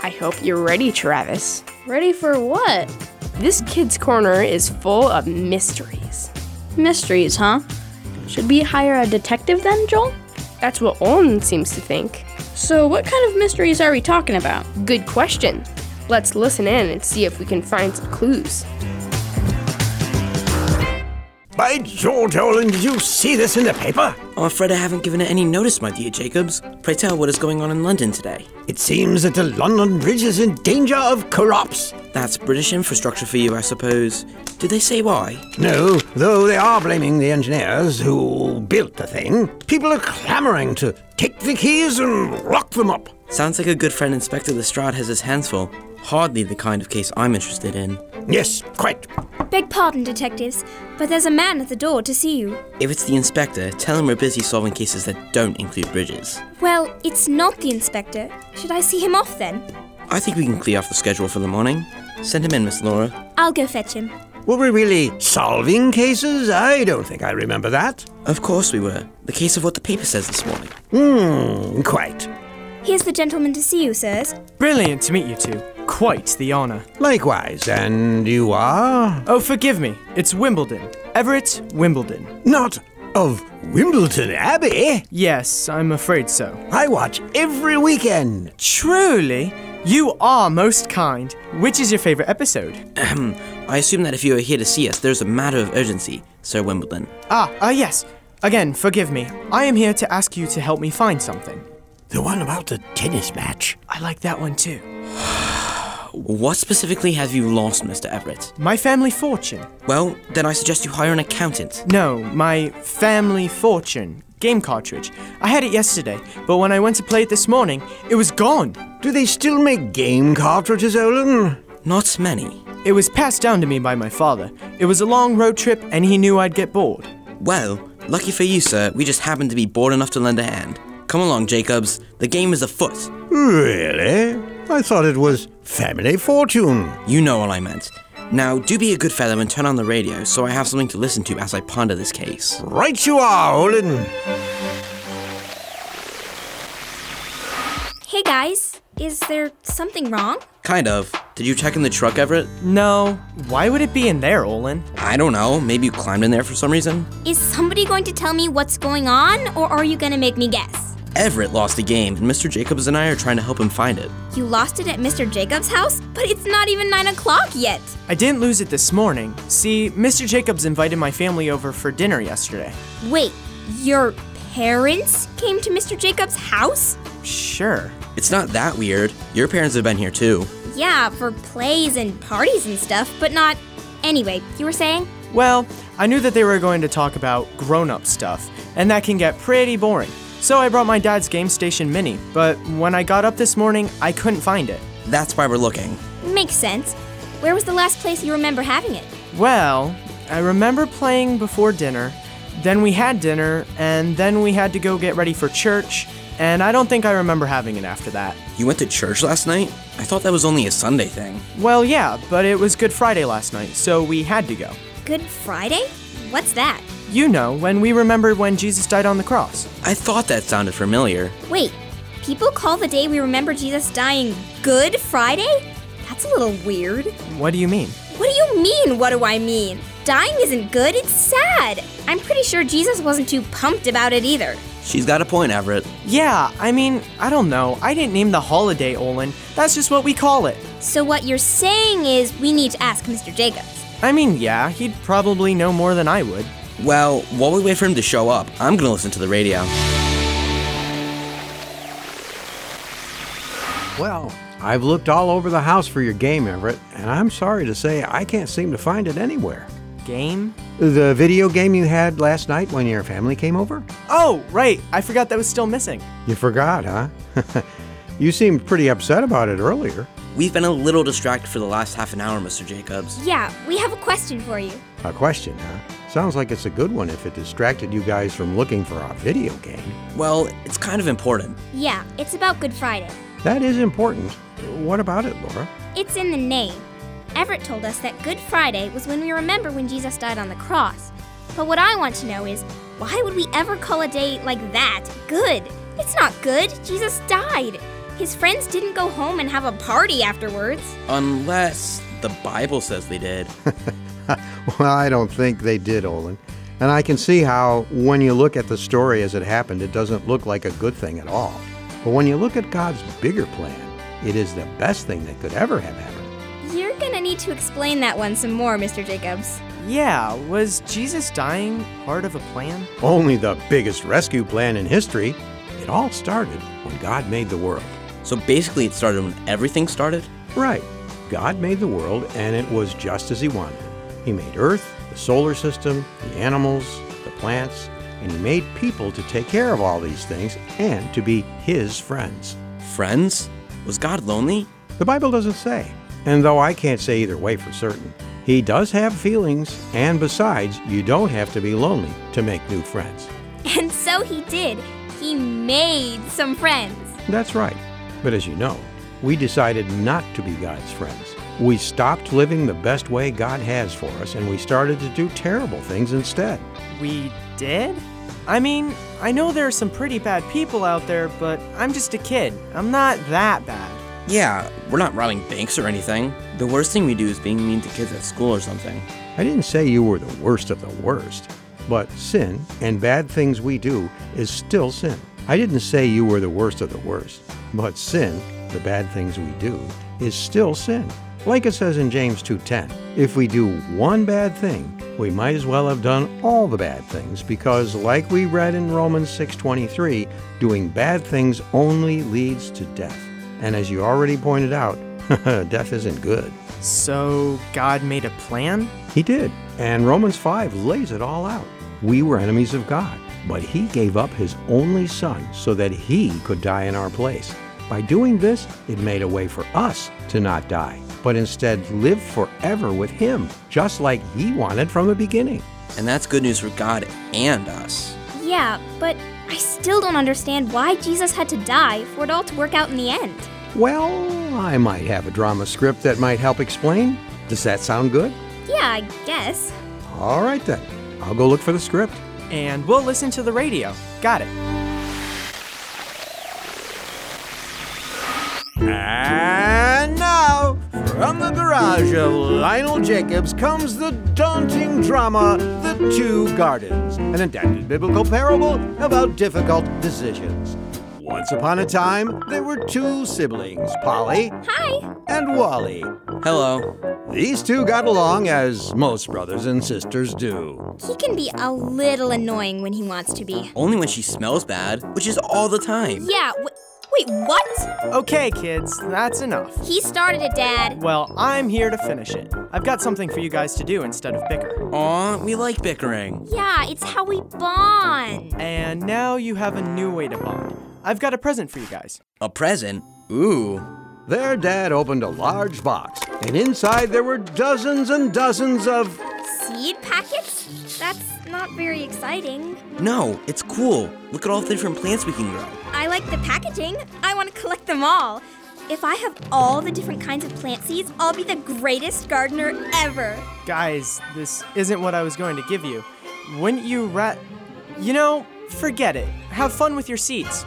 I hope you're ready, Travis. Ready for what? This kid's corner is full of mysteries. Mysteries, huh? Should we hire a detective then, Joel? That's what Olin seems to think. So, what kind of mysteries are we talking about? Good question. Let's listen in and see if we can find some clues. By George, Olin, did you see this in the paper? I'm afraid I haven't given it any notice, my dear Jacobs. Pray tell, what is going on in London today? It seems that the London Bridge is in danger of collapse. That's British infrastructure for you, I suppose. Did they say why? No, though they are blaming the engineers who built the thing. People are clamoring to take the keys and lock them up. Sounds like a good friend Inspector Lestrade has his hands full. Hardly the kind of case I'm interested in. Yes, quite. Beg pardon, detectives, but there's a man at the door to see you. If it's the inspector, tell him we're busy solving cases that don't include bridges. Well, it's not the inspector. Should I see him off then? I think we can clear off the schedule for the morning. Send him in, Miss Laura. I'll go fetch him. Were we really solving cases? I don't think I remember that. Of course we were. The case of what the paper says this morning. Hmm, quite. Here's the gentleman to see you, sirs. Brilliant to meet you two. Quite the honour. Likewise, and you are? Oh, forgive me. It's Wimbledon. Everett Wimbledon. Not of Wimbledon Abbey. Yes, I'm afraid so. I watch every weekend. Truly? You are most kind. Which is your favourite episode? I assume that if you are here to see us, there's a matter of urgency, Sir Wimbledon. Ah, ah, yes. Again, forgive me. I am here to ask you to help me find something. The one about the tennis match. I like that one too. What specifically have you lost, Mr. Everett? My family fortune. Well, then I suggest you hire an accountant. No, my family fortune. Game cartridge. I had it yesterday, but when I went to play it this morning, it was gone. Do they still make game cartridges, Olin? Not many. It was passed down to me by my father. It was a long road trip, and he knew I'd get bored. Well, lucky for you, sir, we just happened to be bored enough to lend a hand. Come along, Jacobs. The game is afoot. Really? I thought it was Family Fortune. You know what I meant. Now, do be a good fellow and turn on the radio so I have something to listen to as I ponder this case. Right you are, Olin. Hey guys, is there something wrong? Kind of. Did you check in the truck, Everett? No, why would it be in there, Olin? I don't know. Maybe you climbed in there for some reason? Is somebody going to tell me what's going on, or are you gonna make me guess? Everett lost the game, and Mr. Jacobs and I are trying to help him find it. You lost it at Mr. Jacob's house, but it's not even 9 o'clock yet. I didn't lose it this morning. See, Mr. Jacobs invited my family over for dinner yesterday. Wait, your parents came to Mr. Jacob's house? Sure. It's not that weird. Your parents have been here too. Yeah, for plays and parties and stuff, but not. Anyway, you were saying? Well, I knew that they were going to talk about grown up stuff, and that can get pretty boring. So I brought my dad's Game Station Mini, but when I got up this morning, I couldn't find it. That's why we're looking. Makes sense. Where was the last place you remember having it? Well, I remember playing before dinner, then we had dinner, and then we had to go get ready for church, and I don't think I remember having it after that. You went to church last night? I thought that was only a Sunday thing. Well, yeah, but it was Good Friday last night, so we had to go. Good Friday? What's that? You know, when we remembered when Jesus died on the cross. I thought that sounded familiar. Wait, people call the day we remember Jesus dying Good Friday? That's a little weird. What do you mean? What do you mean, what do I mean? Dying isn't good, it's sad. I'm pretty sure Jesus wasn't too pumped about it either. She's got a point, Everett. Yeah, I mean, I don't know. I didn't name the holiday, Olin. That's just what we call it. So, what you're saying is we need to ask Mr. Jacobs. I mean, yeah, he'd probably know more than I would. Well, while we wait for him to show up, I'm gonna listen to the radio. Well, I've looked all over the house for your game, Everett, and I'm sorry to say I can't seem to find it anywhere. Game? The video game you had last night when your family came over? Oh, right. I forgot that was still missing. You forgot, huh? you seemed pretty upset about it earlier. We've been a little distracted for the last half an hour, Mr. Jacobs. Yeah, we have a question for you. A question, huh? Sounds like it's a good one if it distracted you guys from looking for our video game. Well, it's kind of important. Yeah, it's about Good Friday. That is important. What about it, Laura? It's in the name. Everett told us that Good Friday was when we remember when Jesus died on the cross. But what I want to know is why would we ever call a day like that good? It's not good. Jesus died. His friends didn't go home and have a party afterwards. Unless the Bible says they did. Well, I don't think they did, Olin. And I can see how, when you look at the story as it happened, it doesn't look like a good thing at all. But when you look at God's bigger plan, it is the best thing that could ever have happened. You're gonna need to explain that one some more, Mr. Jacobs. Yeah, was Jesus dying part of a plan? Only the biggest rescue plan in history. It all started when God made the world. So basically, it started when everything started? Right. God made the world, and it was just as He wanted. He made Earth, the solar system, the animals, the plants, and He made people to take care of all these things and to be His friends. Friends? Was God lonely? The Bible doesn't say. And though I can't say either way for certain, He does have feelings, and besides, you don't have to be lonely to make new friends. And so he did. He made some friends. That's right. But as you know, we decided not to be God's friends. We stopped living the best way God has for us and we started to do terrible things instead. We did? I mean, I know there are some pretty bad people out there, but I'm just a kid. I'm not that bad. Yeah, we're not robbing banks or anything. The worst thing we do is being mean to kids at school or something. I didn't say you were the worst of the worst, but sin and bad things we do is still sin. I didn't say you were the worst of the worst, but sin, the bad things we do, is still sin. Like it says in James 2:10, if we do one bad thing, we might as well have done all the bad things because like we read in Romans 6:23, doing bad things only leads to death. And as you already pointed out, death isn't good. So, God made a plan? He did. And Romans 5 lays it all out. We were enemies of God, but he gave up his only son so that he could die in our place. By doing this, it made a way for us to not die, but instead live forever with him, just like he wanted from the beginning. And that's good news for God and us. Yeah, but I still don't understand why Jesus had to die for it all to work out in the end. Well, I might have a drama script that might help explain. Does that sound good? Yeah, I guess. All right then. I'll go look for the script. And we'll listen to the radio. Got it. And now, from the garage of Lionel Jacobs comes the daunting drama, The Two Gardens, an adapted biblical parable about difficult decisions. Once upon a time, there were two siblings, Polly Hi. and Wally. Hello. These two got along as most brothers and sisters do. He can be a little annoying when he wants to be. Only when she smells bad, which is all the time. Yeah, w- wait, what? Okay, kids, that's enough. He started it, Dad. Well, I'm here to finish it. I've got something for you guys to do instead of bicker. Aw, we like bickering. Yeah, it's how we bond. And now you have a new way to bond. I've got a present for you guys. A present? Ooh. Their dad opened a large box, and inside there were dozens and dozens of. Seed packets? That's not very exciting. No, it's cool. Look at all the different plants we can grow. I like the packaging. I want to collect them all. If I have all the different kinds of plant seeds, I'll be the greatest gardener ever. Guys, this isn't what I was going to give you. Wouldn't you rat. You know, forget it. Have fun with your seats.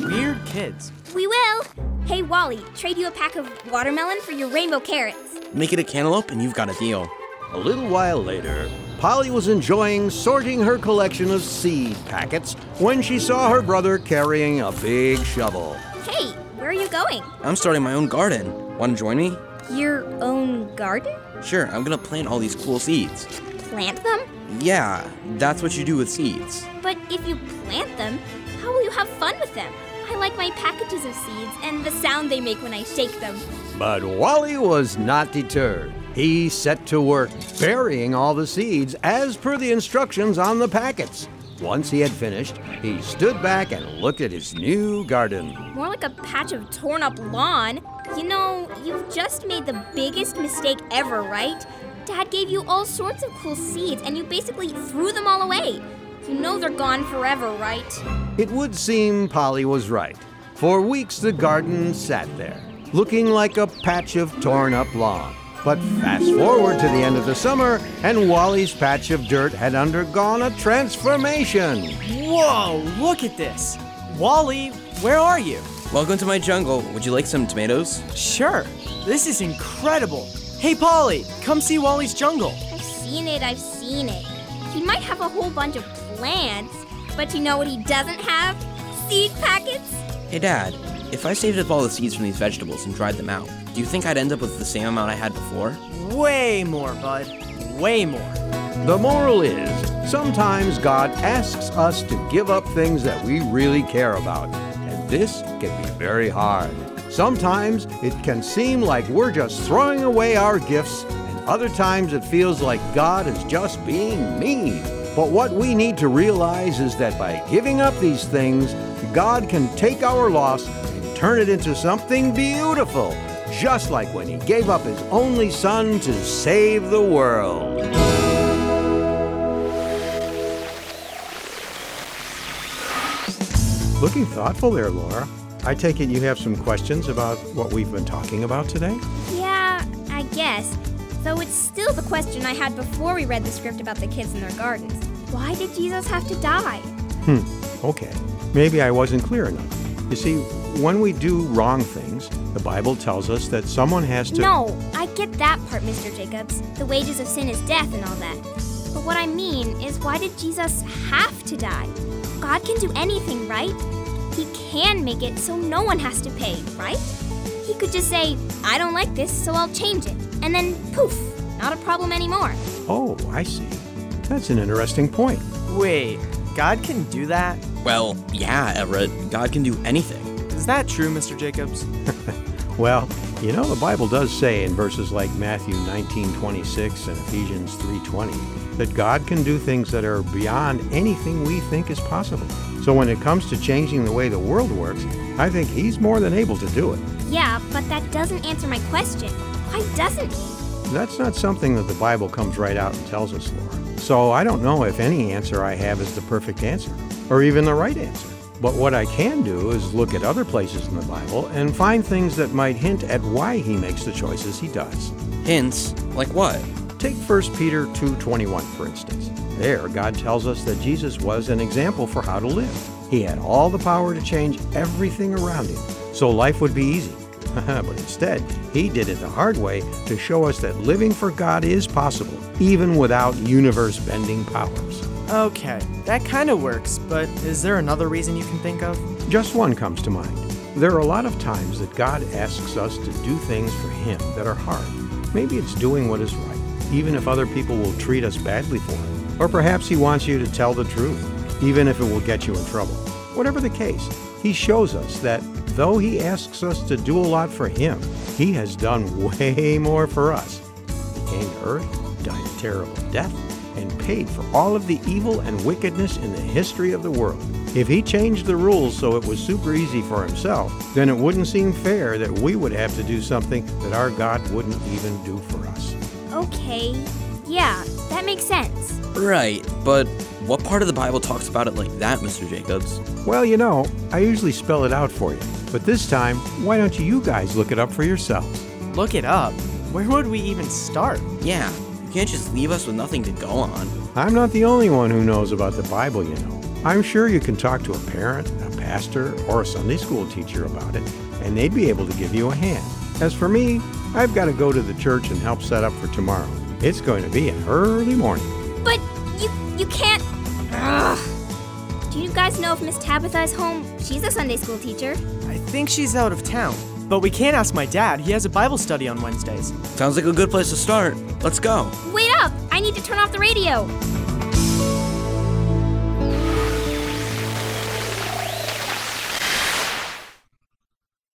Weird kids. We will. Hey, Wally, trade you a pack of watermelon for your rainbow carrots. Make it a cantaloupe and you've got a deal. A little while later, Polly was enjoying sorting her collection of seed packets when she saw her brother carrying a big shovel. Hey, where are you going? I'm starting my own garden. Wanna join me? Your own garden? Sure, I'm gonna plant all these cool seeds. Plant them? Yeah, that's what you do with seeds. But if you plant them, how will you have fun with them? I like my packages of seeds and the sound they make when I shake them. But Wally was not deterred. He set to work burying all the seeds as per the instructions on the packets. Once he had finished, he stood back and looked at his new garden. More like a patch of torn up lawn. You know, you've just made the biggest mistake ever, right? Dad gave you all sorts of cool seeds and you basically threw them all away. You know they're gone forever, right? It would seem Polly was right. For weeks, the garden sat there, looking like a patch of torn up lawn. But fast forward to the end of the summer, and Wally's patch of dirt had undergone a transformation. Whoa, look at this. Wally, where are you? Welcome to my jungle. Would you like some tomatoes? Sure. This is incredible. Hey, Polly, come see Wally's jungle. I've seen it, I've seen it. He might have a whole bunch of plants, but you know what he doesn't have? Seed packets. Hey, Dad, if I saved up all the seeds from these vegetables and dried them out, do you think I'd end up with the same amount I had before? Way more, bud. Way more. The moral is sometimes God asks us to give up things that we really care about, and this can be very hard. Sometimes it can seem like we're just throwing away our gifts, and other times it feels like God is just being mean. But what we need to realize is that by giving up these things, God can take our loss and turn it into something beautiful, just like when He gave up His only Son to save the world. Looking thoughtful there, Laura. I take it you have some questions about what we've been talking about today? Yeah, I guess. Though it's still the question I had before we read the script about the kids in their gardens. Why did Jesus have to die? Okay, maybe I wasn't clear enough. You see, when we do wrong things, the Bible tells us that someone has to. No, I get that part, Mr. Jacobs. The wages of sin is death and all that. But what I mean is, why did Jesus have to die? God can do anything, right? He can make it so no one has to pay, right? He could just say, I don't like this, so I'll change it. And then poof, not a problem anymore. Oh, I see. That's an interesting point. Wait, God can do that? Well, yeah, Everett, God can do anything. Is that true, Mr. Jacobs? Well, you know, the Bible does say in verses like Matthew 19:26 and Ephesians 3:20 that God can do things that are beyond anything we think is possible. So when it comes to changing the way the world works, I think he's more than able to do it. Yeah, but that doesn't answer my question. Why doesn't he? That's not something that the Bible comes right out and tells us, Laura. So I don't know if any answer I have is the perfect answer or even the right answer. But what I can do is look at other places in the Bible and find things that might hint at why he makes the choices he does. Hints? Like what? Take 1 Peter 2:21 for instance. There God tells us that Jesus was an example for how to live. He had all the power to change everything around him, so life would be easy. but instead, he did it the hard way to show us that living for God is possible even without universe-bending powers. Okay, that kind of works, but is there another reason you can think of? Just one comes to mind. There are a lot of times that God asks us to do things for Him that are hard. Maybe it's doing what is right, even if other people will treat us badly for it. Or perhaps He wants you to tell the truth, even if it will get you in trouble. Whatever the case, He shows us that though He asks us to do a lot for Him, He has done way more for us. He came to earth, died a terrible death, and paid for all of the evil and wickedness in the history of the world. If he changed the rules so it was super easy for himself, then it wouldn't seem fair that we would have to do something that our God wouldn't even do for us. Okay, yeah, that makes sense. Right, but what part of the Bible talks about it like that, Mr. Jacobs? Well, you know, I usually spell it out for you, but this time, why don't you guys look it up for yourselves? Look it up. Where would we even start? Yeah, you can't just leave us with nothing to go on. I'm not the only one who knows about the Bible, you know. I'm sure you can talk to a parent, a pastor, or a Sunday school teacher about it, and they'd be able to give you a hand. As for me, I've got to go to the church and help set up for tomorrow. It's going to be an early morning. But you you can't. Ugh. Do you guys know if Miss Tabitha is home? She's a Sunday school teacher. I think she's out of town. But we can ask my dad. He has a Bible study on Wednesdays. Sounds like a good place to start. Let's go. Wait up! I need to turn off the radio.